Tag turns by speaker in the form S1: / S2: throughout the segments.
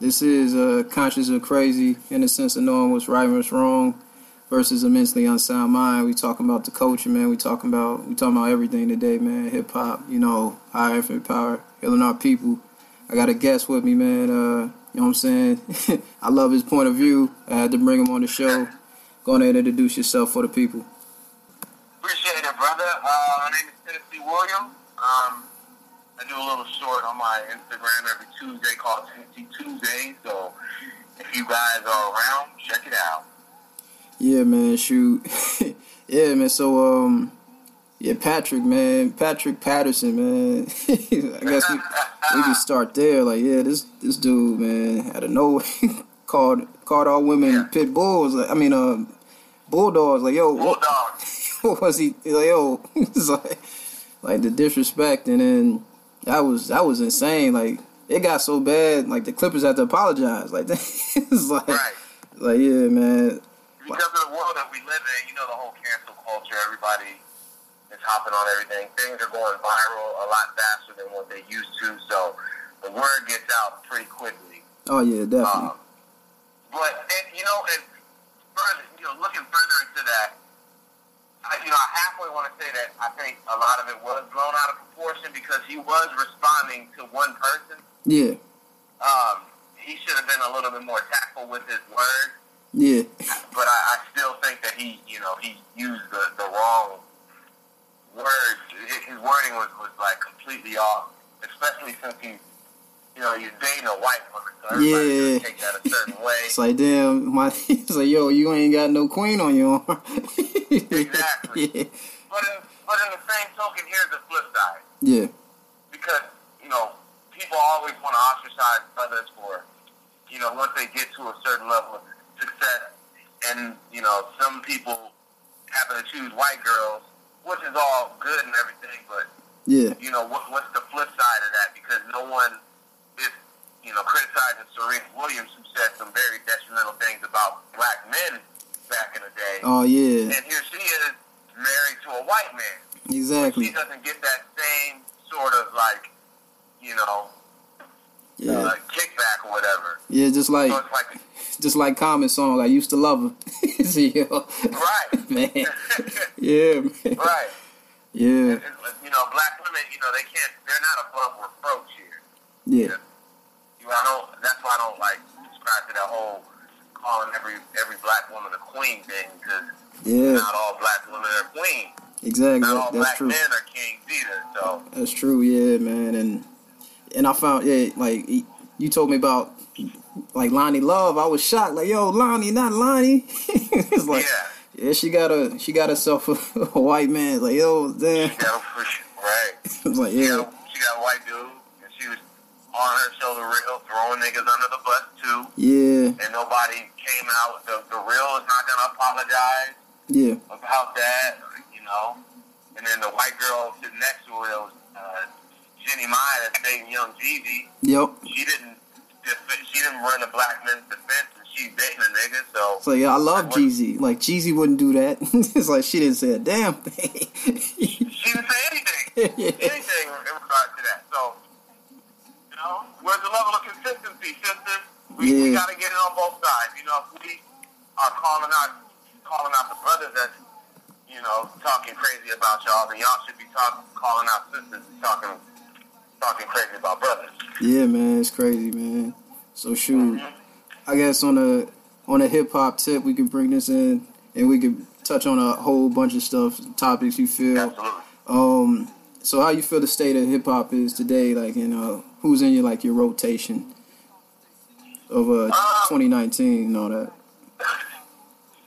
S1: This is uh, conscious of crazy in the sense of knowing what's right and what's wrong versus immensely unsound mind. We talking about the culture, man. We talking about we talking about everything today, man. Hip hop, you know, higher infinite power, healing our people. I got a guest with me, man. Uh, you know what I'm saying? I love his point of view. I had to bring him on the show. Go ahead and introduce yourself for the people.
S2: Appreciate it, brother. Uh, my name is Tennessee Williams. Um, I do a little short on my Instagram every Tuesday called Tennessee Tuesday. So if you guys are around, check it out.
S1: Yeah, man. Shoot. yeah, man. So, um, yeah, Patrick, man, Patrick Patterson, man. I guess we, we can start there. Like, yeah, this this dude, man, out of nowhere, called called all women
S2: Yeah.
S1: pit bulls. Like, I mean, uh, bulldogs. Like, yo, what,
S2: Bulldog.
S1: what was he? Like, yo, it's like, like the disrespect, and then that was that was insane. Like, it got so bad. Like, the Clippers had to apologize. Like, it's like,
S2: Right.
S1: like, yeah, man.
S2: Because of the world that we live in, you know the whole cancel culture, everybody is hopping on everything. Things are going viral a lot faster than what they used to, so the word gets out pretty quickly.
S1: Oh yeah, definitely.
S2: Um, but and, you know, and further, you know, looking further into that, I, you know, I halfway want to say that I think a lot of it was blown out of proportion because he was responding to one person.
S1: yeah,
S2: Um, he should have been a little bit more tactful with his words,
S1: yeah,
S2: but I, I still think that he, you know, he used the, the wrong words. His- His wording was, was like completely off, especially since he, you know, he's dating a white woman, so everybody's
S1: Yeah.
S2: gonna take that a certain way.
S1: It's like damn, my. It's like yo, you ain't got no queen on your arm.
S2: Exactly.
S1: Yeah.
S2: But in, but in the same token, here's the flip side
S1: Yeah.
S2: because you know people always want to ostracize others for you know once they get to a certain level of success, and you know some people happen to choose white girls, which is all good and everything, but
S1: Yeah.
S2: you know what, what's the flip side of that? Because no one is you know criticizing Serena Williams, who said some very detrimental things about black men back in the day,
S1: Oh yeah.
S2: and here she is married to a white man she
S1: Exactly.
S2: doesn't get that same sort of like, you know,
S1: Yeah.
S2: uh, kickback or whatever.
S1: Yeah. Just like,
S2: So it's like,
S1: just like common song. I used to love her. See, yo.
S2: right,
S1: Man. Yeah. Man.
S2: right.
S1: Yeah.
S2: It's, like, you know, black women, you know, they can't, they're not above reproach here.
S1: Yeah.
S2: You know, I don't, that's why I don't like subscribe to that whole calling every every black woman a queen thing because
S1: Yeah.
S2: not all black women are queens. Not all
S1: Exactly. That's
S2: black
S1: true.
S2: men are kings either. So,
S1: That's true, yeah, man, and and I found yeah, like y- you told me about like Lonnie Love. I was shocked, like yo, Lonnie, not Lonnie. it's like yeah. she got a she got herself a, a white man. Like yo, damn,
S2: yeah, for sure. right.
S1: it's like
S2: She
S1: yeah,
S2: got, she got a white dude, and she was on her shoulder real, throwing niggas under the bus too,
S1: yeah,
S2: and nobody came out. The, the real is not gonna apologize
S1: yeah,
S2: about that, you know. And then the white girl sitting next to her, that was uh, Jenny Maya, that's dating Young Jeezy.
S1: yep.
S2: She didn't, def- she didn't run the black men's defense, and she's dating a nigga. So
S1: It's like yeah, I love Jeezy. Like Jeezy wouldn't do that. it's like she didn't say a damn thing.
S2: she didn't say anything,
S1: yeah,
S2: anything in regard to that. So. You know, where's the level of consistency, sisters? We, we
S1: Yeah.
S2: gotta get it on both sides. You know, if we are calling out calling out the brothers that's you know talking crazy about y'all, then y'all should be talking calling out sisters and talking talking crazy about brothers.
S1: yeah, man, it's crazy, man. So shoot. I guess on a on a hip hop tip, we could bring this in and we could touch on a whole bunch of stuff, topics you feel.
S2: Absolutely.
S1: Um, so how you feel the state of hip hop is today? Like, you know, who's in your like your rotation of uh 2019 and all that?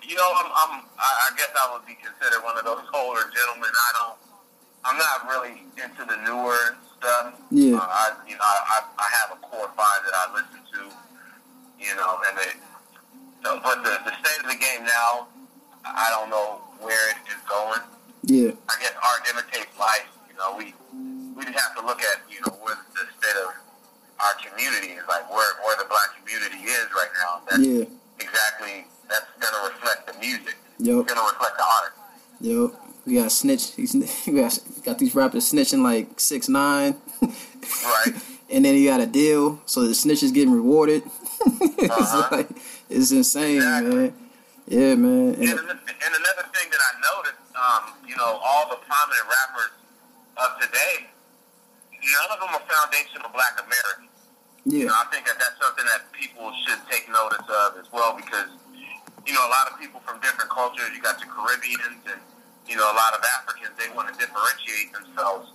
S2: You know, I'm, I'm I, I guess I would be considered one of those older gentlemen. I don't, I'm not really into the newer stuff.
S1: Yeah.
S2: Uh, I, you know, I, I, I have a core five that I listen to. You know, and it, so, but the, the state of the game now, I don't know where it is going.
S1: Yeah,
S2: I guess art imitates life. You know, we we just have to look at you know where the state of our community is, like where where the black community is right now. That's
S1: yeah,
S2: exactly that's gonna reflect the music.
S1: Yup.
S2: It's gonna reflect the art.
S1: yo, we got snitch. He's, we got, got these rappers snitching like six nine.
S2: Right.
S1: and then he got a deal, so the snitch is getting rewarded. it's
S2: Uh-huh.
S1: like it's insane,
S2: Exactly.
S1: man. Yeah, man. And-
S2: And, an- and another thing that I noticed, um, you know, all the prominent rappers of today, none of them are foundational black Americans. You
S1: yeah,
S2: know, I think that that's something that people should take notice of as well because, you know, a lot of people from different cultures, you got the Caribbeans and, you know, a lot of Africans, they want to differentiate themselves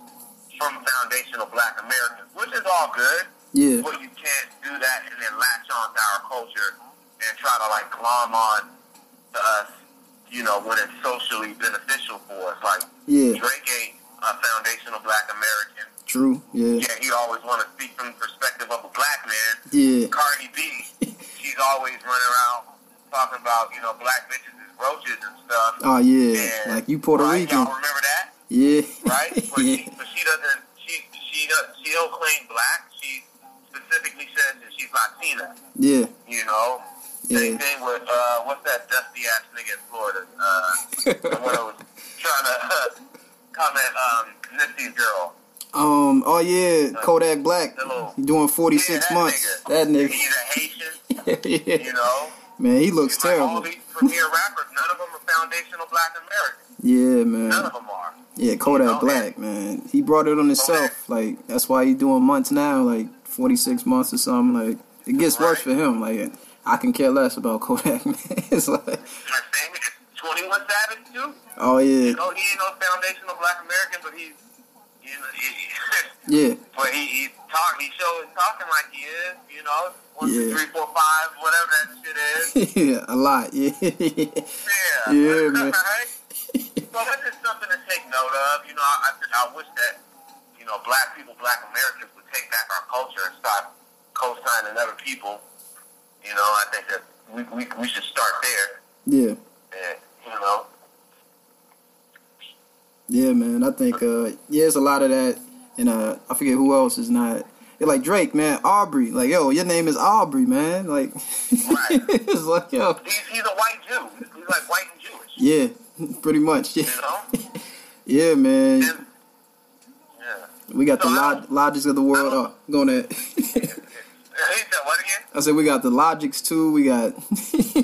S2: from foundational black Americans, which is all good,
S1: yeah,
S2: but you can't do that and then latch on to our culture and try to, like, glom on to us, you know, when it's socially beneficial for us. Like,
S1: yeah.
S2: Drake ain't a foundational black American.
S1: True. Yeah,
S2: Yeah, he always want to speak from the perspective of a black man.
S1: yeah,
S2: Cardi B, she's always running around talking about, you know, black bitches is roaches and stuff.
S1: oh yeah.
S2: And-
S1: Like you Puerto
S2: right?
S1: Rican,
S2: Y'all remember that,
S1: yeah,
S2: right? But,
S1: yeah,
S2: she, but she doesn't, she, she, does, she don't claim black. She specifically says that she's Latina,
S1: yeah,
S2: you know? Same
S1: yeah.
S2: thing with, uh, what's that dusty ass nigga in Florida? Uh, the one that was trying to comment, um, Nissy's girl.
S1: Um. Oh yeah, Kodak Black
S2: Uh, Hello.
S1: doing forty six
S2: Yeah, that
S1: months.
S2: nigga.
S1: That nigga.
S2: He's a Haitian,
S1: yeah.
S2: you know?
S1: Man, he looks
S2: Like, All
S1: terrible.
S2: these premier rappers, none of them are foundational black Americans.
S1: Yeah,
S2: None
S1: man.
S2: of them are.
S1: Yeah, Kodak
S2: know?
S1: Black, man. He brought it on himself. Like that's why he doing months now, like forty six months or something. Like it gets worse for
S2: Right.
S1: him. Like I can care less about Kodak. Man. it's like,
S2: My favorite is 21 Savage, too.
S1: oh yeah,
S2: No, he ain't no foundational black American, but he's, you know, he,
S1: yeah,
S2: but he, he talk, he shows talking like he is, you know, one, two,
S1: Yeah.
S2: three, four, five, whatever that shit is.
S1: yeah, a lot. Yeah,
S2: Yeah.
S1: Yeah, man.
S2: Right? So that's just something to take note of. You know, I, I, just- I wish that, you know, black people, black Americans would take back our culture and stop co-signing other people. You know, I think that we, we, we should start there.
S1: yeah,
S2: And, you know,
S1: yeah, man. I think uh, yeah, it's a lot of that, and uh, I forget who else is not. They're like Drake, man, Aubrey. Like yo, your name is Aubrey, man. Like it's like yo,
S2: he's, he's a white Jew. He's like white and Jewish,
S1: yeah, pretty much. Yeah,
S2: you know?
S1: yeah, man.
S2: And, yeah.
S1: We got the
S2: So how-
S1: log- logics of the world. Oh, going to.
S2: He said, what again?
S1: I said we got the logics too. We got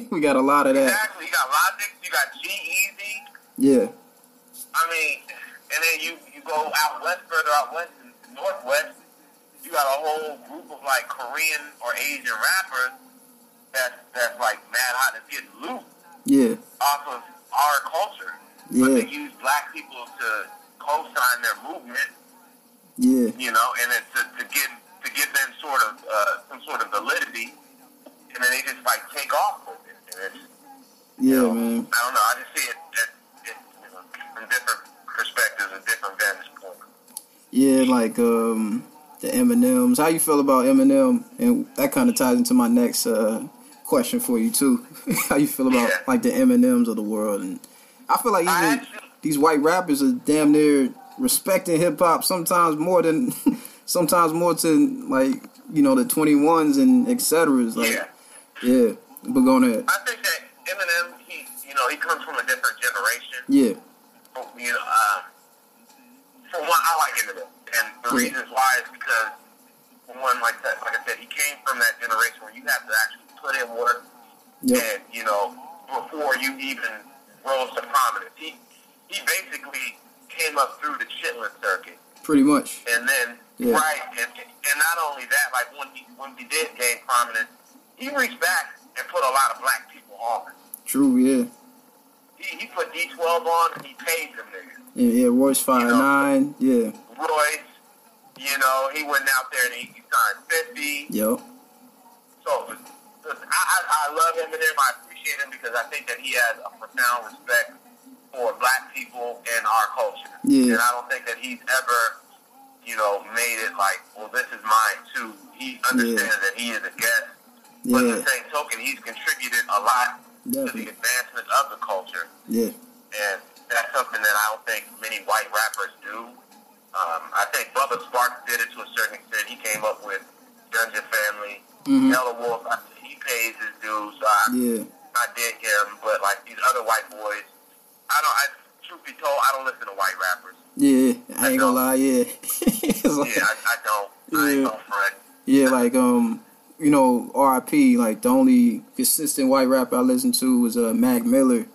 S1: we got a lot of that.
S2: Exactly. You got Logic, you got E G-Eazy.
S1: Yeah,
S2: I mean, and then you, you go out west, further out west, and northwest, you got a whole group of like Korean or Asian rappers that's that's like mad hot and getting loot
S1: yeah,
S2: off of our culture. But
S1: yeah,
S2: they use black people to co-sign their movement,
S1: yeah,
S2: you know, and it's to, to get to give them sort of uh, some sort of validity, and then they just like take off with it. And it's, you
S1: yeah,
S2: know,
S1: man.
S2: I don't know. I just see it, it, it you know, from different perspectives and different vantage points.
S1: Yeah, like um the M&Ms. How you feel about Eminem? And that kind of ties into my next uh question for you too. How you feel about
S2: Yeah.
S1: like the M&Ms of the world? And I feel like
S2: I
S1: even
S2: actually,
S1: these white rappers are damn near respecting hip hop sometimes more than sometimes more than like you know the 21s and et cetera's like
S2: yeah,
S1: yeah but going ahead
S2: I think that Eminem, he, you know, he comes from a different generation.
S1: yeah
S2: But, You know, um, for one, I like Eminem, and the
S1: Yeah.
S2: reasons why is because, for one, like that, like I said, he came from that generation where you have to actually put in work,
S1: yeah
S2: and you know, before you even rose to prominence, he he basically came up through the Chitlin circuit.
S1: pretty much
S2: And then,
S1: Yeah.
S2: right, and, and not only that, like when he when he did gain prominence, he reached back and put a lot of black people on.
S1: true yeah
S2: He, he put D12 on and he paid them niggas.
S1: yeah, yeah Royce five nine yeah
S2: Royce, you know, he went out there and he, he signed 50.
S1: yo
S2: So so I, I, I love Eminem. I appreciate him because I think that he has a profound respect for black people and our culture.
S1: Yeah.
S2: And I don't think that he's ever, you know, made it like, well, this is mine too. He understands that he is a guest. But at
S1: yeah
S2: the same token, he's contributed a lot to the
S1: definitely
S2: advancement of the culture,
S1: yeah
S2: and that's something that I don't think many white rappers do. Um, I think Bubba Sparks did it to a certain extent. He came up with Dungeon Family,
S1: hmm
S2: Ella Wolf. I, he pays his dues. So I,
S1: yeah
S2: I dig him, but like these other white boys, I don't. I, truth be told, I don't listen to white rappers.
S1: yeah I ain't gonna lie yeah It's like-
S2: Yeah, I, I don't. I
S1: Yeah.
S2: go for it.
S1: Yeah, like um, you know, R.I.P. Like the only consistent white rapper I listened to was uh Mac Miller. You know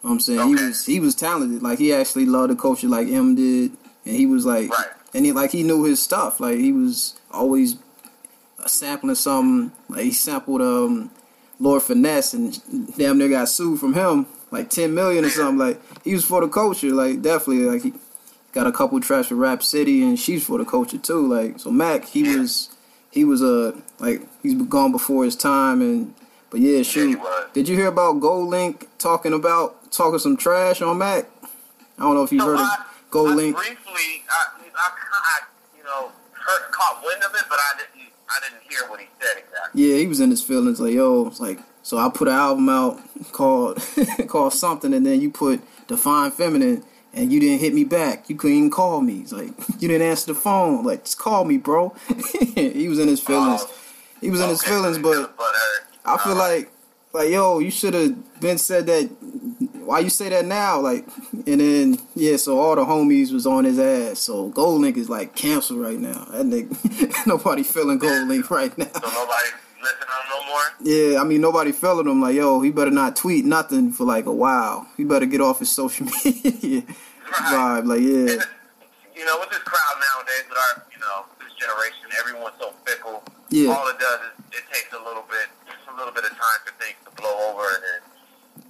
S1: what I'm saying he
S2: Okay.
S1: was he was talented. Like he actually loved the culture like M did, and he was like,
S2: Right.
S1: and he like he knew his stuff. Like he was always sampling something. Like he sampled um Lord Finesse, and damn near got sued from him like ten million or something. Like he was for the culture. Like definitely like he. Got a couple tracks with Rap City and she's for the culture too. Like so, Mac he
S2: Yeah.
S1: was he was uh, like he's gone before his time and but yeah
S2: Yeah, he
S1: shoot
S2: was.
S1: did you hear about Gold Link talking about talking some trash on Mac I don't know if you heard of
S2: I,
S1: Gold
S2: I
S1: Link
S2: Briefly, I, I, I you know, heard, caught wind of it, but I didn't. I didn't hear what he said exactly.
S1: yeah he was in his feelings like yo it's like so I put an album out called called something and then you put Define Feminine and you didn't hit me back you couldn't even call me it's like you didn't answer the phone like just call me bro he was in his feelings
S2: Oh,
S1: he was in his
S2: okay,
S1: feelings
S2: so
S1: but
S2: you're butthurt.
S1: I feel
S2: Uh,
S1: like like yo, you should have been said that. Why you say that now? Like, and then yeah, so all the homies was on his ass. So Gold Link is like canceled right now. That nigga, nobody feeling Gold Link right
S2: so
S1: now.
S2: nobody listen to him no more.
S1: Yeah, I mean nobody feeling him. Like yo, he better not tweet nothing for like a while. He better get off his social media vibe. Like yeah,
S2: You know, with this crowd nowadays, with our you know this generation, everyone's so fickle.
S1: yeah,
S2: All it does is it takes a little bit, just a little bit of time for things to blow over, and then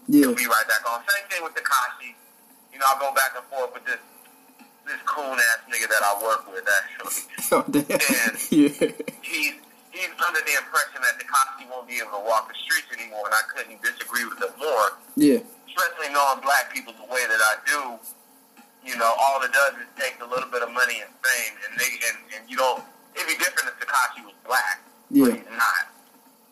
S1: yeah,
S2: he'll be right back on. Same thing with Takashi. You know, I go back and forth with this this coon ass nigga that I work with. Actually,
S1: oh, damn. yeah,
S2: he's he's under the impression that Takashi won't be able to walk the streets anymore, and I couldn't disagree with him more.
S1: yeah,
S2: Especially knowing black people the way that I do, you know, all it does is take a little bit of money and fame, and they and, and you don't. It'd be different if Takashi was black, but
S1: yeah,
S2: he's not.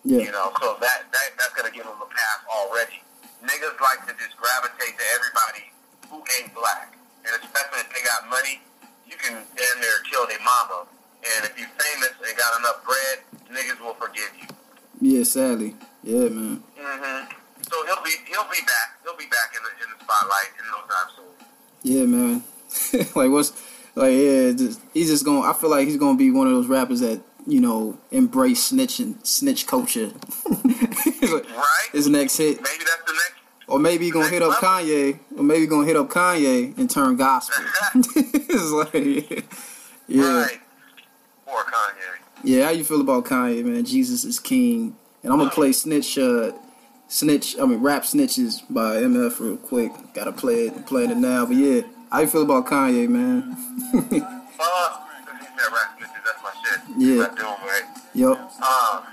S1: yeah,
S2: You know, so that, that that's gonna give him a pass already. Niggas like to just gravitate to everybody who ain't black, and especially if they got money, you can damn near kill their mama. And if you famous and got enough bread, niggas will forgive you.
S1: yeah. Sadly, yeah, man.
S2: hmm So he'll be he'll be back. He'll be back in the in the spotlight in no time soon.
S1: Yeah, man. like what's like yeah, just, he's just going to I feel like he's going to be one of those rappers that, you know, embrace snitching snitch culture.
S2: Right?
S1: His next hit
S2: Maybe that's the next.
S1: or maybe he's going to hit up Kanye or maybe he's going to hit up Kanye and turn gospel. it's like yeah.
S2: Right. Poor Kanye.
S1: Yeah, how you feel about Kanye, man? Jesus is king. And I'm gonna play snitch uh snitch I mean rap snitches by MF real quick. Gotta play it playing it now. But yeah, how you feel about Kanye, man?
S2: Uh, he said rap snitches. That's my shit.
S1: Yeah.
S2: I do 'em right.
S1: Yup.
S2: Um,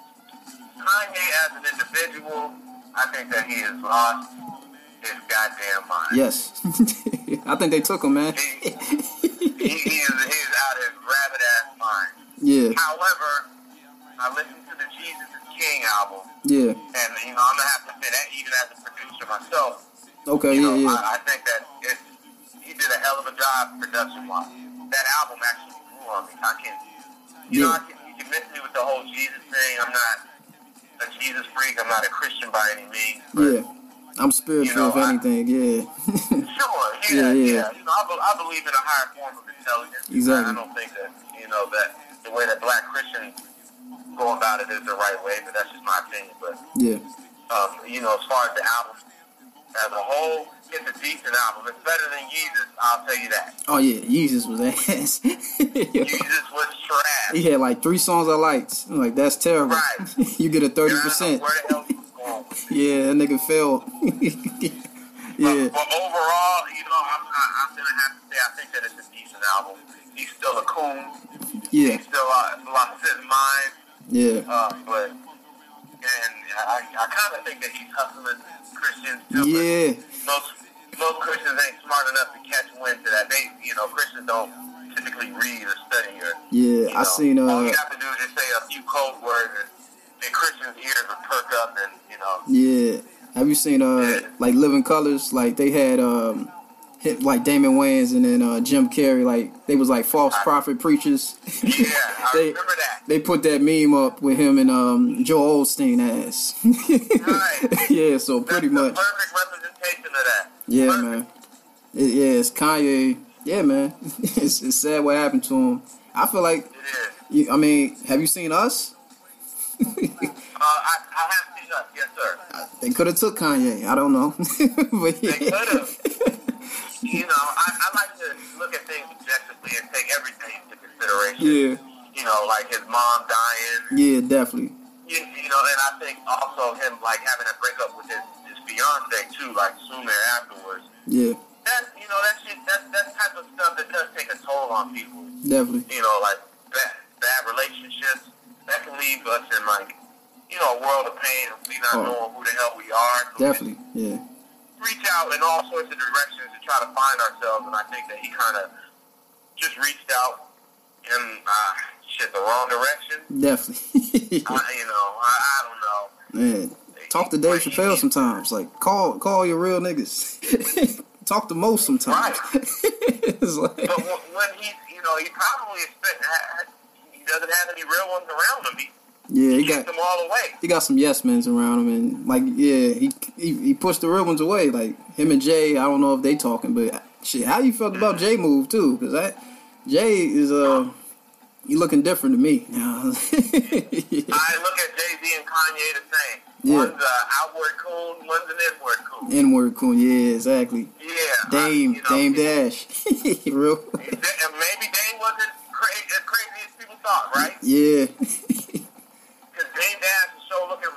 S2: Kanye as an individual, I think that he has lost his goddamn mind.
S1: Yes. I think they took him, man.
S2: He, he, he, is, he is out of his rabbit ass mind.
S1: yeah,
S2: However, I listened to the Jesus is King album,
S1: yeah.
S2: and you know I'm gonna have to say that even as a producer myself,
S1: Okay,
S2: you
S1: Oh, yeah,
S2: know,
S1: yeah.
S2: I, I think that it's, he did a hell of a job production wise. That album actually grew on me. I can, you know, I can, you can miss me with the whole Jesus thing. I'm not a Jesus freak. I'm not a Christian by any means.
S1: Yeah. I'm spiritual,
S2: You know,
S1: if
S2: I-
S1: anything, yeah.
S2: Sure,
S1: Yeah,
S2: yeah, yeah.
S1: yeah.
S2: You know, I, be, I believe in a higher form of intelligence.
S1: Exactly.
S2: I don't think that you know that the way that Black Christians go about it is the right way, but that's just my opinion. But
S1: yeah,
S2: um, you know, as far as the album as a whole, it's a decent album. It's better than Jesus. I'll tell you that.
S1: oh yeah, Jesus was ass.
S2: Jesus was trash.
S1: He had like three songs I liked. I'm like, that's terrible.
S2: Right.
S1: you get a
S2: And I
S1: thirty
S2: don't
S1: percent.
S2: know Where the hell he was going? with it.
S1: Yeah, that nigga failed. yeah,
S2: But, but overall, you know, I'm, I, I'm gonna have to say I think that it's a decent album. He's still a coon.
S1: yeah,
S2: He's still uh, lost his mind.
S1: yeah,
S2: Uh, but and I, I kind of think that he's hustling Christians too.
S1: yeah,
S2: But most most Christians ain't smart enough to catch wind to that. They, you know, Christians don't typically read or study or.
S1: yeah.
S2: you
S1: I
S2: know,
S1: seen
S2: All
S1: uh,
S2: you have to do is just say a few code words, and, and Christians' ears will perk up, and you know.
S1: yeah. Have you seen uh, like Living Colors? Like they had um, hit like Damon Wayans and then uh Jim Carrey. Like they was like false prophet preachers.
S2: Yeah, I
S1: They-
S2: remember that.
S1: They put that meme up with him and um Joel Olstein ass.
S2: Right.
S1: yeah, so pretty
S2: That's
S1: much.
S2: the perfect representation of that.
S1: Yeah,
S2: perfect.
S1: man. It, yeah, it's Kanye. Yeah, man. It's, it's sad what happened to him. I feel like,
S2: It is.
S1: you, I mean, have you seen us?
S2: Uh, I, I have seen us, yes, sir.
S1: They could have took Kanye. I don't know, but
S2: They
S1: yeah.
S2: You know, I, I like to look at things objectively and take everything into consideration.
S1: yeah,
S2: You know, like his mom dying.
S1: yeah, definitely.
S2: You, you know, and I think also him like having a breakup with his, his fiance too, like soon there afterwards.
S1: Yeah,
S2: That you know, that shit, that that type of stuff that does take a toll on people.
S1: definitely.
S2: you know, like bad, bad relationships that can leave us in like, you know, a world of pain of we
S1: Oh.
S2: not knowing who the hell we are. So
S1: Definitely. Yeah.
S2: we reach out in all sorts of directions to try to find ourselves, and I think that he kind of just reached out in uh, shit the wrong direction.
S1: Definitely.
S2: I, you know, I, I don't know.
S1: Man, talk to Dave Chappelle sometimes. Like, call call your real niggas. talk to Mo sometimes. it's like,
S2: But wh- when he, you know, he probably is spent, ha- ha- he doesn't have any real ones around him. He,
S1: yeah,
S2: he
S1: he
S2: gets
S1: got
S2: them all away.
S1: he got some yes men's around him, and like, yeah, he, he he pushed the real ones away. Like him and Jay, I don't know if they talking, but shit, how you felt about Jay move too? Because that Jay is uh, you looking different to me now.
S2: I look at Jay Z and Kanye the same.
S1: Yeah.
S2: One's an outward cool, one's an inward cool.
S1: N word coon, yeah, exactly.
S2: Yeah. I-
S1: Dame,
S2: you know,
S1: Dame Dash, real,
S2: and Maybe Dame wasn't cra- as crazy as people thought, right?
S1: yeah,
S2: Because Dame Dash is so looking.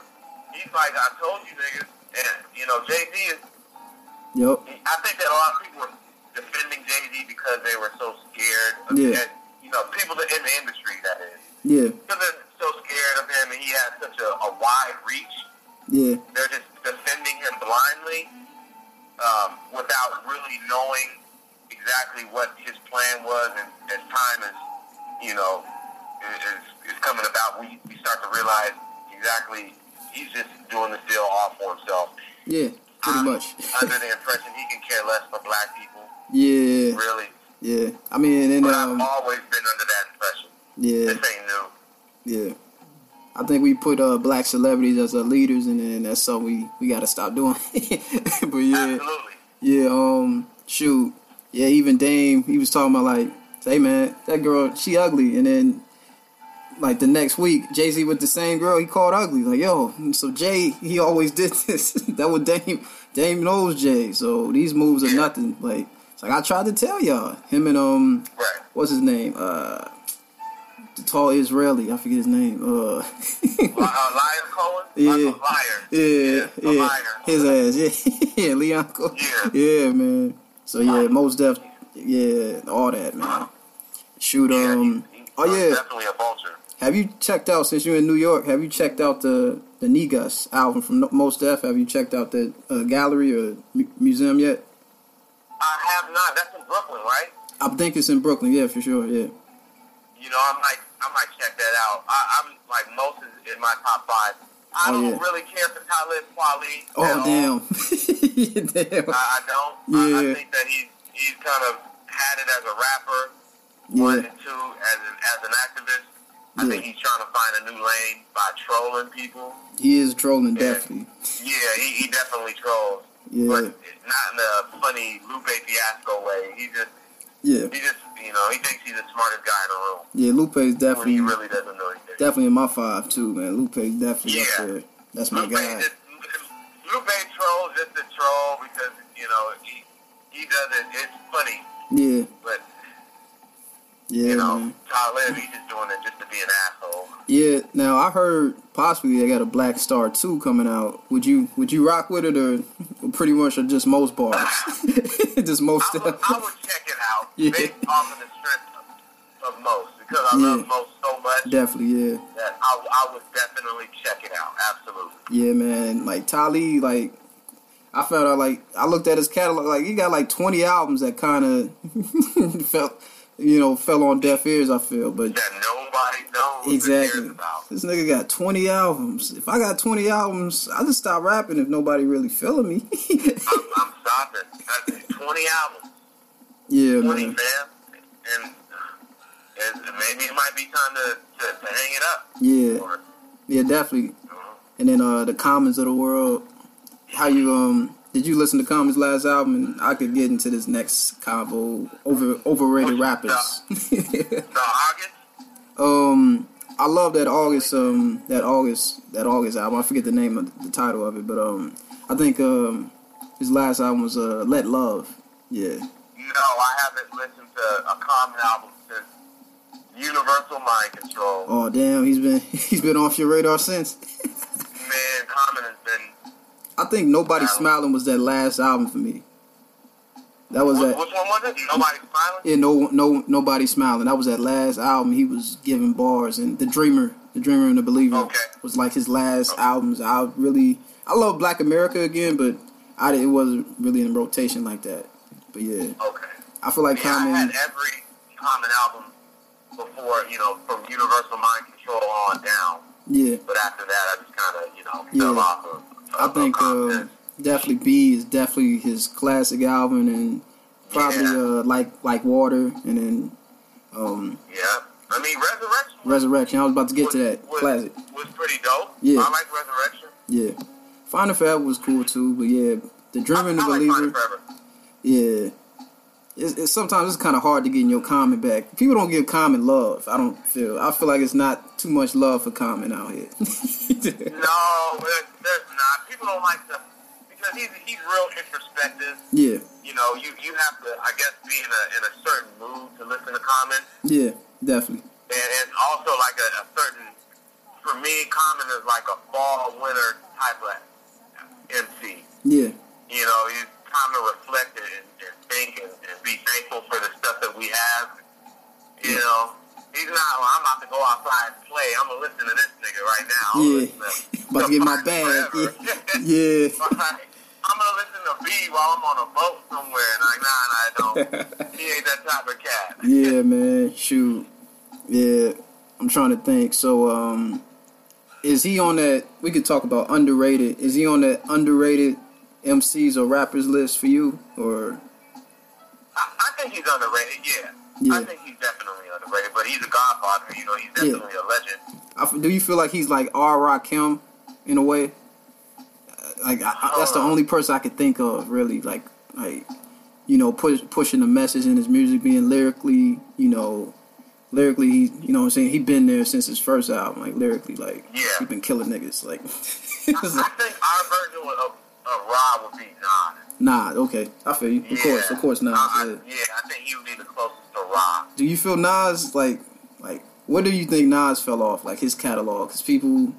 S2: He's like, I told you, niggas. And, you know, Jay Z is.
S1: yup,
S2: I think that a lot of people were defending Jay Z because they were so scared. Of
S1: Yeah.
S2: that- you know, people that in the industry, that is.
S1: yeah,
S2: Because they're so scared of him and he has such a, a wide reach.
S1: yeah.
S2: they're just defending him blindly um, without really knowing exactly what his plan was. And as time is, you know, is, is- is coming about, we, we start to realize exactly he's just doing this deal all for himself.
S1: Yeah, pretty
S2: I'm
S1: much.
S2: under the impression he can care less for black people,
S1: yeah,
S2: really.
S1: yeah. I mean, and
S2: But I've
S1: um,
S2: always been under that impression.
S1: yeah,
S2: This ain't new.
S1: yeah. I think we put uh black celebrities as our leaders, and then that's something we we gotta stop doing. but yeah,
S2: Absolutely.
S1: yeah. Um, shoot, yeah. Even Dame, he was talking about like, hey man, that girl, she ugly, and then. Like the next week, Jay Z with the same girl he called ugly. Like yo, so Jay he always did this. that was Dame. Dame knows Jay, so these moves are
S2: Yeah.
S1: nothing. Like it's like I tried to tell y'all. Him and um
S2: Right.
S1: what's his name? Uh, the tall Israeli. I forget his name. Uh,
S2: Li- uh, liar Cohen? I'm
S1: yeah,
S2: a liar.
S1: yeah,
S2: a
S1: yeah.
S2: liar.
S1: His ass. Yeah, yeah, Leon. Co-
S2: Yeah.
S1: yeah, man. So yeah, most def. Yeah, all that, man. Shoot.
S2: Yeah,
S1: Um.
S2: he- he-
S1: Oh yeah.
S2: Definitely a vulture.
S1: Have you checked out since you're in New York? Have you checked out the the Negus album from No- Most Def? Have you checked out the uh, gallery or mu- museum yet?
S2: I have not. That's in Brooklyn, right?
S1: I think it's in Brooklyn. Yeah, for sure. Yeah.
S2: You know, I might, I might check that out. I, I'm like most is in my top five. I
S1: Oh,
S2: don't
S1: yeah.
S2: really care for Talib Kweli. at
S1: Oh
S2: all.
S1: damn. damn.
S2: I, I don't. I,
S1: Yeah.
S2: I think that he's he's kind of had it as a rapper, one
S1: Yeah.
S2: and two as an as an activist. I
S1: Yeah.
S2: think he's trying to find a new lane by trolling people.
S1: He is trolling,
S2: Yeah.
S1: definitely.
S2: Yeah, he, he definitely trolls, but
S1: Yeah,
S2: not in a funny Lupe Fiasco way. He just
S1: yeah,
S2: he just you know he thinks he's the smartest guy in the room
S1: yeah. Lupe is
S2: when he
S1: definitely,
S2: really doesn't know anything.
S1: definitely in my five too, man. Lupe is definitely
S2: Yeah.
S1: up there. That's my
S2: Lupe
S1: guy.
S2: just Lupe trolls just to troll because you know he he does it. It's funny,
S1: Yeah,
S2: but
S1: yeah,
S2: you know
S1: man.
S2: Talib he's just doing it just to be an asshole.
S1: yeah. Now I heard possibly they got a Black Star two coming out. Would you would you rock with it or pretty much or just most bars, just most
S2: I would, I
S1: stuff?
S2: would check it out
S1: Yeah.
S2: based off of the strength of, of most because I
S1: Yeah.
S2: love most so much
S1: Definitely, yeah,
S2: that I, I would definitely check it out. Absolutely.
S1: yeah, man. Like Tali, like. I found out like I looked at his catalog like he got like twenty albums that kind of felt you know fell on deaf ears I feel but
S2: That nobody knows or
S1: Exactly.
S2: cares about.
S1: This nigga got 20 albums. If I got 20 albums, I just stop rapping if nobody really feeling me.
S2: I'm, I'm stopping. That's 20 albums.
S1: yeah,
S2: 20, man.
S1: man.
S2: And, and maybe it might be time to, to, to hang it up.
S1: Yeah.
S2: Or,
S1: Yeah, definitely.
S2: you know,
S1: And then uh the commons of the world. How you um did you listen to Common's last album? And I could get into this next combo over overrated rappers.
S2: The August?
S1: um, I love that August um that August that August album. I forget the name of the title of it, but um, I think um his last album was uh Let Love. Yeah,
S2: No, I haven't listened to a Common album since Universal Mind Control.
S1: Oh damn, he's been he's been off your radar since.
S2: Man, Common has been.
S1: I think Nobody Smiling was that last album for me. That was
S2: Which,
S1: that
S2: which one was it? Nobody smiling.
S1: yeah, no no nobody smiling. That was that last album he was giving bars and The Dreamer, The Dreamer and the Believer
S2: Okay.
S1: was like his last albums. I really I love Black America again, but I didn't- it wasn't really in rotation like that. But yeah,
S2: Okay.
S1: I feel like
S2: Yeah, I had
S1: Common
S2: every Common album before, you know, from Universal Mind Control on down.
S1: yeah.
S2: But after that, I just kind of, you know, fell
S1: Yeah.
S2: off of.
S1: I
S2: of
S1: think
S2: Common.
S1: uh, definitely B is definitely his classic album, and probably
S2: Yeah.
S1: uh, like like Water, and then um,
S2: yeah. I mean, Resurrection. was-
S1: Resurrection. I was about to get to that
S2: was,
S1: classic.
S2: Was pretty dope.
S1: Yeah.
S2: I like Resurrection.
S1: Yeah, Final Fab was cool too, but yeah, the Dreamer
S2: I,
S1: and the
S2: I like Find It
S1: Believer.
S2: Forever.
S1: Yeah, it's, it's sometimes it's kind of hard to get in your comment back. People don't give comment love. I don't feel. I feel like it's not too much love for comment out here.
S2: No, there- there's not. People don't like the because he's he's real introspective.
S1: yeah,
S2: You know, you you have to, I guess, be in a in a certain mood to listen to Common,
S1: yeah, definitely.
S2: and, and also like a, a certain. For me, Common is like a fall winter type of MC.
S1: Yeah,
S2: You know, it's time to reflect and, and think and, and be thankful for the stuff that we have. You know, he's not. "Well, I'm about to go outside and play. I'm gonna listen to this nigga right now. I'm gonna
S1: yeah.
S2: listen to-
S1: About to get my
S2: Forever.
S1: bag. Yeah. yeah.
S2: Like, I'm gonna listen to B while I'm on a boat somewhere. And like, nah, nah, I don't. he ain't that type of cat.
S1: yeah, man. Shoot. Yeah. I'm trying to think. So, um, is he on that? We could talk about underrated. Is he on that underrated MCs or rappers list for you? Or
S2: I, I think he's underrated. Yeah.
S1: Yeah.
S2: I think he's definitely underrated. But he's a godfather. You know, he's definitely a legend.
S1: I f do you feel like he's like R. Rakim in a way? Uh, Like I, I, that's the only person I could think of, really. Like, like you know, push, pushing the message in his music, being lyrically, you know, lyrically, he, you know, what I'm saying he been there since his first album. Like lyrically, like
S2: Yeah.
S1: he been killing niggas. Like,
S2: I, I think our version of, of, of Rod would be Nas.
S1: Nah, okay, I feel you. Of
S2: Yeah. Uh,
S1: course, of course, Nas.
S2: I, I,
S1: yeah.
S2: yeah, I think he would be the closest to Rod.
S1: Do you feel Nas like like what do you think Nas fell off like his catalog? Because people, you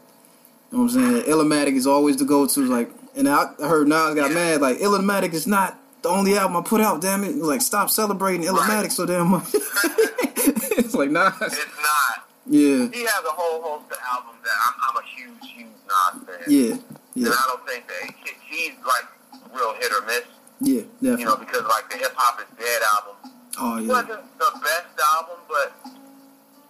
S1: know what I'm saying, Illmatic is always the go-to. Like, and I, I heard Nas got
S2: Yeah.
S1: mad like Illmatic is not the only album I put out. Damn it! Like, stop celebrating Illmatic so damn much. it's like Nas.
S2: It's not.
S1: Yeah,
S2: He has a whole host of albums that I'm, I'm a huge, huge Nas fan.
S1: yeah, yeah,
S2: And I don't think that he, he's like real hit or miss.
S1: yeah,
S2: You know,
S1: definitely.
S2: because like the Hip Hop is Dead album
S1: Oh yeah,
S2: wasn't the best album, but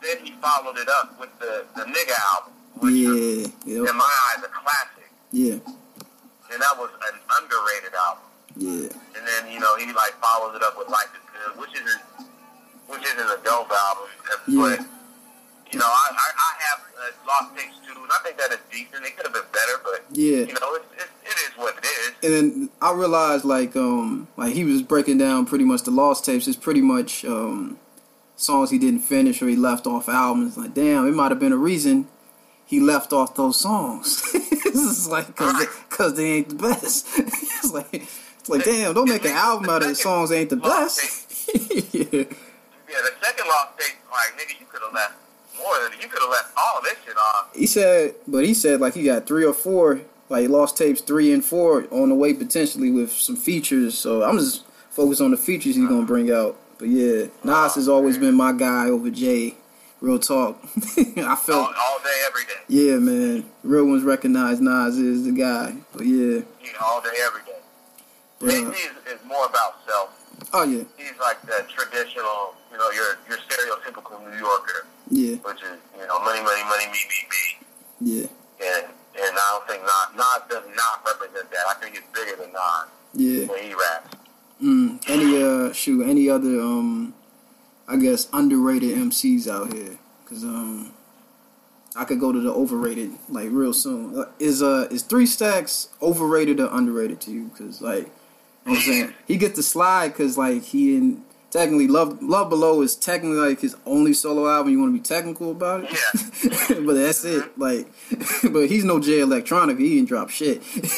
S2: then he followed it up with the the Nigga album, which is,
S1: yeah, yeah,
S2: in my eyes, a classic,
S1: yeah,
S2: and that was an underrated album.
S1: yeah.
S2: And then you know he like follows it up with Life Is Good, which isn't which isn't a dope album,
S1: Yeah.
S2: but you know I I, I have uh, Lost Takes Two, and I think that is decent. It could have been better, but
S1: Yeah.
S2: you know it's, it's, it is what it is.
S1: and then I realized like um like he was breaking down pretty much the lost tapes is pretty much um songs he didn't finish or he left off albums like damn it might have been a reason he left off those songs it's just like cause they, cause they ain't the best it's like it's like damn don't make an album out of the songs that ain't the best yeah
S2: Yeah, the second Lost Tapes, like nigga, you could have left more than you could have left all this shit off.
S1: he said but he said like he got three or four like lost tapes three and four on the way potentially with some features so i'm just focused on the features he's gonna bring out but yeah nas has always been my guy over jay real talk i
S2: all,
S1: felt
S2: all day, every day.
S1: yeah man real ones recognize nas is the guy but yeah
S2: You know, all day, every day.
S1: Yeah.
S2: Jay-Z is, is more about self.
S1: oh yeah
S2: He's like the traditional, you know, your your stereotypical New Yorker,
S1: yeah
S2: which is, you know, money, money, money, me, me, me.
S1: yeah
S2: And and I don't think Nas, Nas does not represent that. I think it's bigger than Nas
S1: yeah
S2: when he raps.
S1: mm. any uh shoot any other um i guess underrated mcs out here because um I could go to the overrated like real soon. Is uh is three stacks overrated or underrated to you? Because like you know what I'm saying he gets the slide because like he didn't technically love love below is technically like his only solo album. You want to be technical about it, yeah. but that's it.
S2: Mm-hmm.
S1: Like, but he's no Jay Electronica. He didn't drop shit.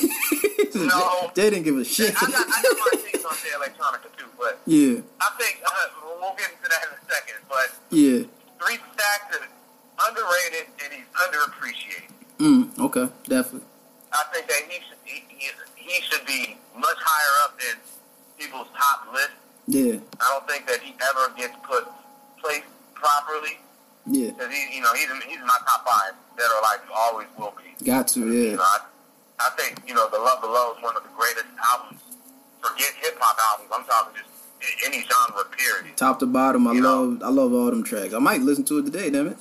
S2: No.
S1: they didn't give a shit.
S2: I got, I got my things on Jay Electronica too, but
S1: yeah,
S2: I think uh, we'll get into that in a second. But
S1: yeah.
S2: three stacks is underrated and he's underappreciated.
S1: Mm, okay, definitely.
S2: I think that he should he, he, he should be much higher up in people's top list.
S1: Yeah,
S2: I don't think that he ever gets put placed properly
S1: yeah.
S2: because he you know he's in, he's in my top five that are like always will be.
S1: Got to,
S2: You
S1: yeah.
S2: know, I, I think you know the Love Below is one of the greatest albums. Forget hip hop albums. I'm talking just a- any genre. Period.
S1: Top to bottom, I
S2: You know.
S1: love I love all them tracks. I might listen to it today, damn it.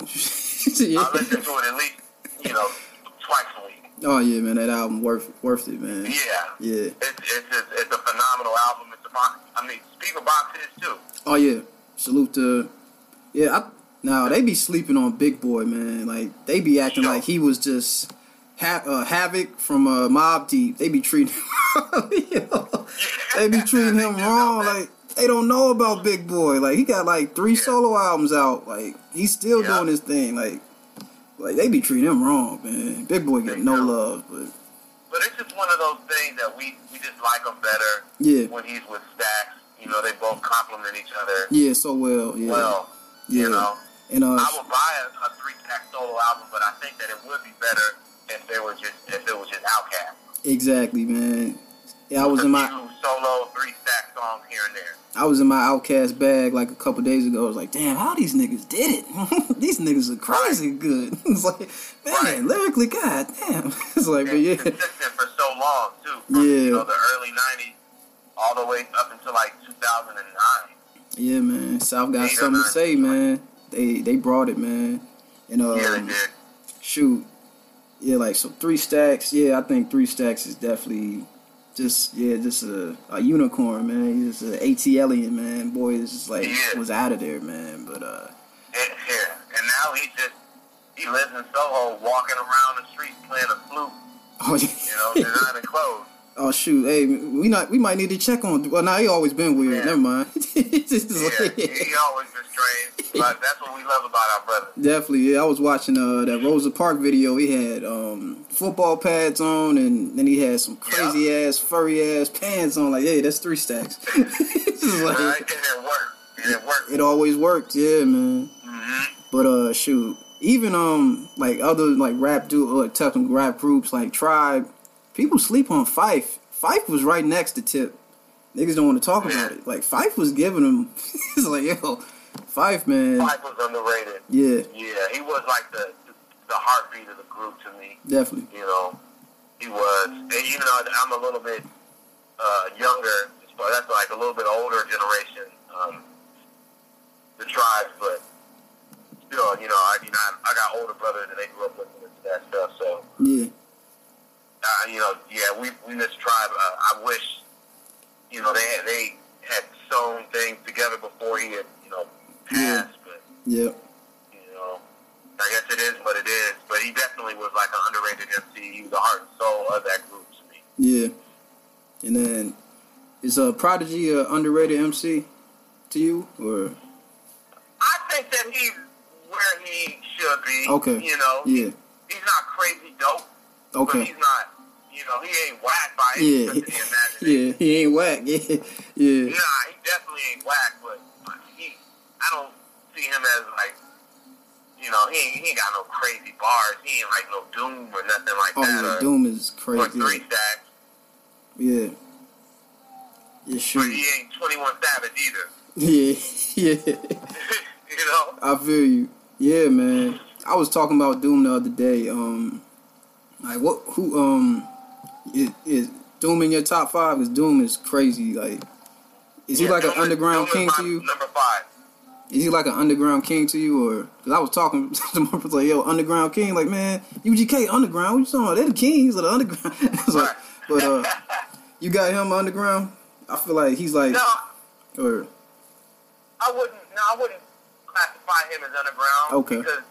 S1: yeah.
S2: I listen to it at least you know twice a week.
S1: Oh yeah, man, that album worth worth it, man.
S2: Yeah.
S1: Yeah.
S2: It's it's just, it's a phenomenal album. It's a bon- I mean Speaker Box is too.
S1: Oh yeah, salute to. Yeah, I, now they be sleeping on Big Boy, man. Like they be acting
S2: Yo.
S1: like he was just ha- uh, havoc from uh, Mob Deep. They be treating, Yo, they be treating him wrong. Like they don't know about Big Boy. Like he got like three solo albums out. Like he's still
S2: Yeah.
S1: doing his thing. Like. Like they be treating him wrong, man. Big boy get
S2: They
S1: no
S2: do.
S1: love, but
S2: But it's just one of those things that we we just like him better
S1: yeah,
S2: when he's with Stax. You know they both complement each other
S1: yeah, so well, yeah,
S2: well.
S1: yeah.
S2: You know
S1: and uh,
S2: I would buy a, a three pack solo album, but I think that it would be better if they were just if it was just Outkast.
S1: exactly, man. Yeah, I was
S2: A
S1: in my
S2: few solo three stack songs here and there.
S1: I was in my outcast bag like a couple days ago. I was like, damn, how these niggas did it? these niggas are crazy good. it's like, man, lyrically, god damn. It's like, but
S2: And
S1: yeah,
S2: consistent for so long too. From,
S1: Yeah.
S2: You know the early '90s all the way up until like 2009.
S1: yeah, man. South got
S2: Eight or
S1: something to
S2: nine.
S1: say, man. They they brought it, man. And um,
S2: yeah, they did.
S1: shoot, yeah, like so three stacks. Yeah, I think three stacks is definitely just yeah, just a, a unicorn, man. He's just an ATLian, man. Boy, is just like
S2: Yeah.
S1: was out of there, man. But uh,
S2: It- yeah. And now he just he lives in Soho, walking around the streets playing a flute.
S1: oh
S2: You know,
S1: yeah.
S2: designing clothes.
S1: Oh shoot! Hey, we not we might need to check on. Well, now nah, he always been weird.
S2: Yeah.
S1: Never mind. It's just
S2: Yeah,
S1: like-
S2: he always been strange, but that's what we love about our brother.
S1: Definitely. Yeah, I was watching uh, that Rosa Park video. He had um, football pads on, and then he had some crazy ass furry ass pants on. Like, hey, that's three stacks. It's just like-
S2: right? And it worked. And it worked.
S1: it always worked. Yeah, man.
S2: Mm-hmm.
S1: But uh, shoot, even um, like other like rap dude, like technical rap groups like Tribe, people sleep on Fife. Fife was right next to Tip. Niggas don't want to talk about it. Like Fife was giving him, it's like yo, Fife man,
S2: Mike was underrated.
S1: yeah,
S2: Yeah, he was like the the heartbeat of the group to me.
S1: definitely,
S2: You know, he was. And even though I'm a little bit uh, younger, but that's like a little bit older generation, um, the tribes. But still, you know, I you know, I, I got older brothers and they grew up listening to that stuff. So,
S1: yeah,
S2: uh, you know, yeah, we we miss tribe. Uh, I wish, you know, they had, they had sewn things together before he had you know
S1: Yeah.
S2: passed, but.
S1: yeah,
S2: you know, I guess it is what it is. But he definitely was like an underrated MC. He was the heart and soul of that group to me.
S1: yeah. And then is a uh, Prodigy a underrated MC to you or
S2: I think that he's where he should be.
S1: okay?
S2: You know,
S1: yeah,
S2: he's not crazy dope, but
S1: okay,
S2: he's not, you know, he ain't whack by any
S1: yeah,
S2: stretch of the imagination.
S1: yeah. He ain't whack. Yeah, yeah,
S2: Nah, he definitely ain't whack, but he, I don't see him as like, you know, he ain't, he ain't got no crazy bars. He ain't like no Doom or nothing like
S1: oh
S2: that.
S1: yeah.
S2: or,
S1: Doom is
S2: or
S1: crazy.
S2: Three Stacks.
S1: Yeah. Yeah,
S2: But he
S1: shoot.
S2: ain't 21 Savage either.
S1: Yeah, yeah.
S2: you know?
S1: I feel you. Yeah, man. I was talking about Doom the other day. Um, like what? Who? Um, is, is Doom in your top five? Because Doom is crazy. Like, is he
S2: Yeah,
S1: like an
S2: Doom is-
S1: underground
S2: Doom
S1: king
S2: is
S1: to
S2: my
S1: you?
S2: Number five.
S1: Is he like an underground king to you? Or because I was talking to someone was like, "Yo, underground king." Like, man, UGK underground. What you talking about? They're the kings of the underground. I was like,
S2: Right.
S1: but uh, you got him underground. I feel like he's like
S2: No,
S1: or
S2: I wouldn't. No, I wouldn't classify him as underground.
S1: Okay.
S2: Because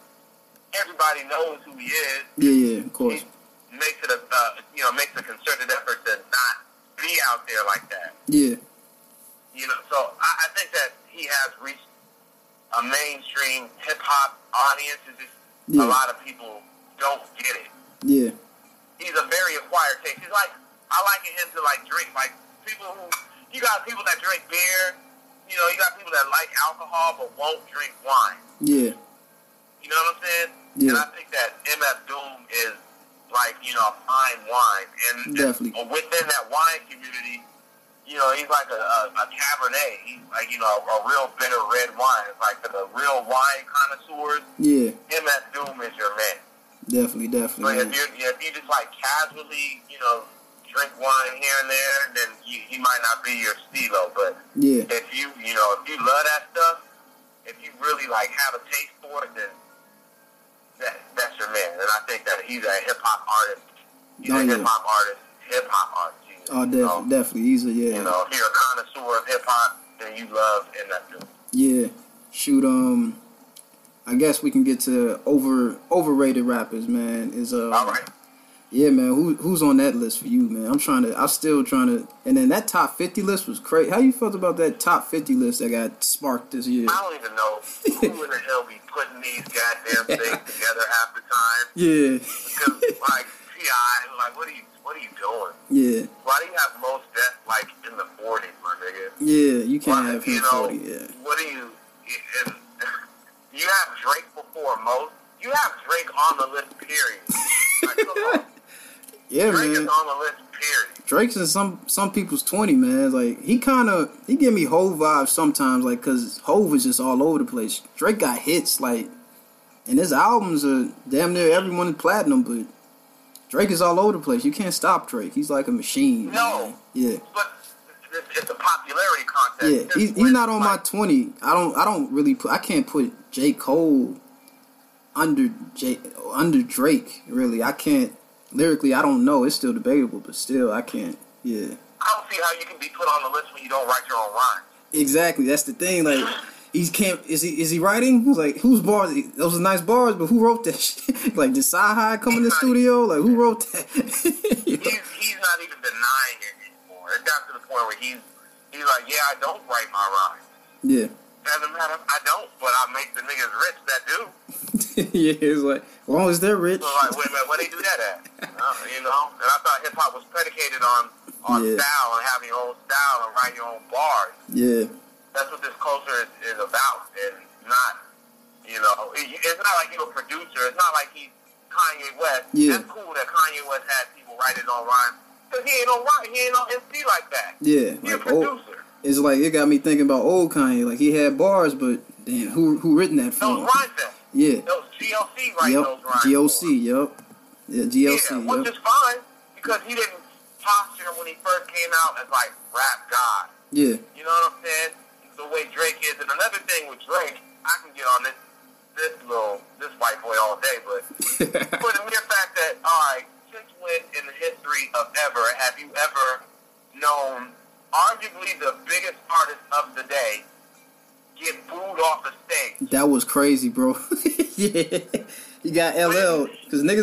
S2: everybody knows who he is.
S1: Yeah, yeah, of course.
S2: He makes it a uh, you know makes a concerted effort to not be out there like that.
S1: Yeah,
S2: You know, so I, I think that he has reached a mainstream hip hop audience. It's just
S1: Yeah.
S2: a lot of people don't get it.
S1: yeah,
S2: he's a very acquired taste. He's like I liken him to like drink like people who you got people that drink beer, you know, you got people that like alcohol but won't drink wine.
S1: yeah,
S2: You know what I'm saying?
S1: Yeah.
S2: And I think that MF Doom is like, you know, fine wine. And,
S1: Definitely.
S2: and within that wine community, you know, he's like a, a, a Cabernet. He's like, you know, a real bitter red wine. It's like for the real wine connoisseurs,
S1: yeah.
S2: MF Doom is your man.
S1: Definitely,
S2: But
S1: definitely.
S2: if you if you just like casually, you know, drink wine here and there, then you, he might not be your stilo. But
S1: Yeah,
S2: if you you know if you love that stuff, if you really like have a taste for it, then that that's your man. And I think that he's a hip hop artist. He's
S1: Oh,
S2: a
S1: yeah.
S2: hip hop artist. Hip hop artist. you
S1: oh,
S2: know.
S1: definitely, definitely. He's a
S2: You
S1: yeah,
S2: know, if you're a connoisseur of hip hop, then you love and that dude.
S1: yeah. Shoot, um, I guess we can get to over overrated rappers, man. Is uh,
S2: All right.
S1: yeah, man. Who who's on that list for you, man? I'm trying to. I'm still trying to. And then that top fifty list was crazy. How you felt about that top fifty list that got sparked this year?
S2: I don't even know who in the hell be putting these goddamn things together half the time.
S1: Yeah,
S2: Because like Ti, like what are you what are you doing?
S1: yeah,
S2: Why do you have most death like in the forties, my nigga?
S1: yeah. You can't
S2: Why,
S1: have
S2: you
S1: him
S2: know,
S1: forty. Yeah,
S2: what do you? And, you have Drake before most. You have Drake on the list, period. Like, come on.
S1: yeah,
S2: Drake
S1: man.
S2: is on the list, period.
S1: Drake's in some some people's twenty, man. Like he kind of he give me Hove vibes sometimes, like because Hove is just all over the place. Drake got hits, like, and his albums are damn near everyone is platinum, but Drake is all over the place. You can't stop Drake. He's like a machine.
S2: No.
S1: man. Yeah.
S2: But it's, it's a popularity contest.
S1: Yeah,
S2: Just
S1: he's, he's
S2: when,
S1: not on my
S2: like,
S1: twenty. I don't I don't really put I can't put J Cole under J under Drake. Really, I can't lyrically. I don't know. It's still debatable, but still, I can't. Yeah,
S2: I don't see how you can be put on the list when you don't write your own rhymes.
S1: exactly. That's the thing. Like he can't. Is he is he writing? Who's like whose bars? Those are nice bars, but who wrote that? Shit? Like did Sahai come in the studio? Like who wrote that? You know?
S2: he's he's not even denying it anymore. It got to the point where he's he's like, yeah, I don't write my rhymes.
S1: yeah,
S2: As a matter, of, I don't, but I make the niggas rich that do.
S1: yeah. It's like as long as they're rich.
S2: So like, wait a minute, where they do that at? Uh, you know? And I thought hip hop was predicated on on
S1: Yeah.
S2: style and having your own style and writing your own bars.
S1: Yeah,
S2: That's what this culture is, is about, and not you know, it, it's not like you're a producer. It's not like he's Kanye West.
S1: Yeah.
S2: That's cool that Kanye West had people write his own rhymes. Cause he ain't on rhyme, he ain't on MC like that.
S1: yeah.
S2: He's a
S1: Like oh.
S2: producer.
S1: it's like it got me thinking about old Kanye. Like he had bars, but damn, who who written that for?
S2: Those
S1: him?
S2: rhymes that
S1: Yeah,
S2: those GLC writing
S1: yep,
S2: those rhymes.
S1: GOC,
S2: for him.
S1: yep, yeah,
S2: Yeah,
S1: GOC,
S2: which
S1: yep,
S2: is fine because he didn't posture when he first came out as like rap god.
S1: yeah,
S2: You know what I'm saying? The way Drake is, and another thing with Drake, I can get on this this little this white boy all day, but for the mere fact that all right, since when in the history of ever have you ever known arguably the biggest artist of the day get booed off the stage?
S1: that was crazy, bro. yeah, he got LL because niggas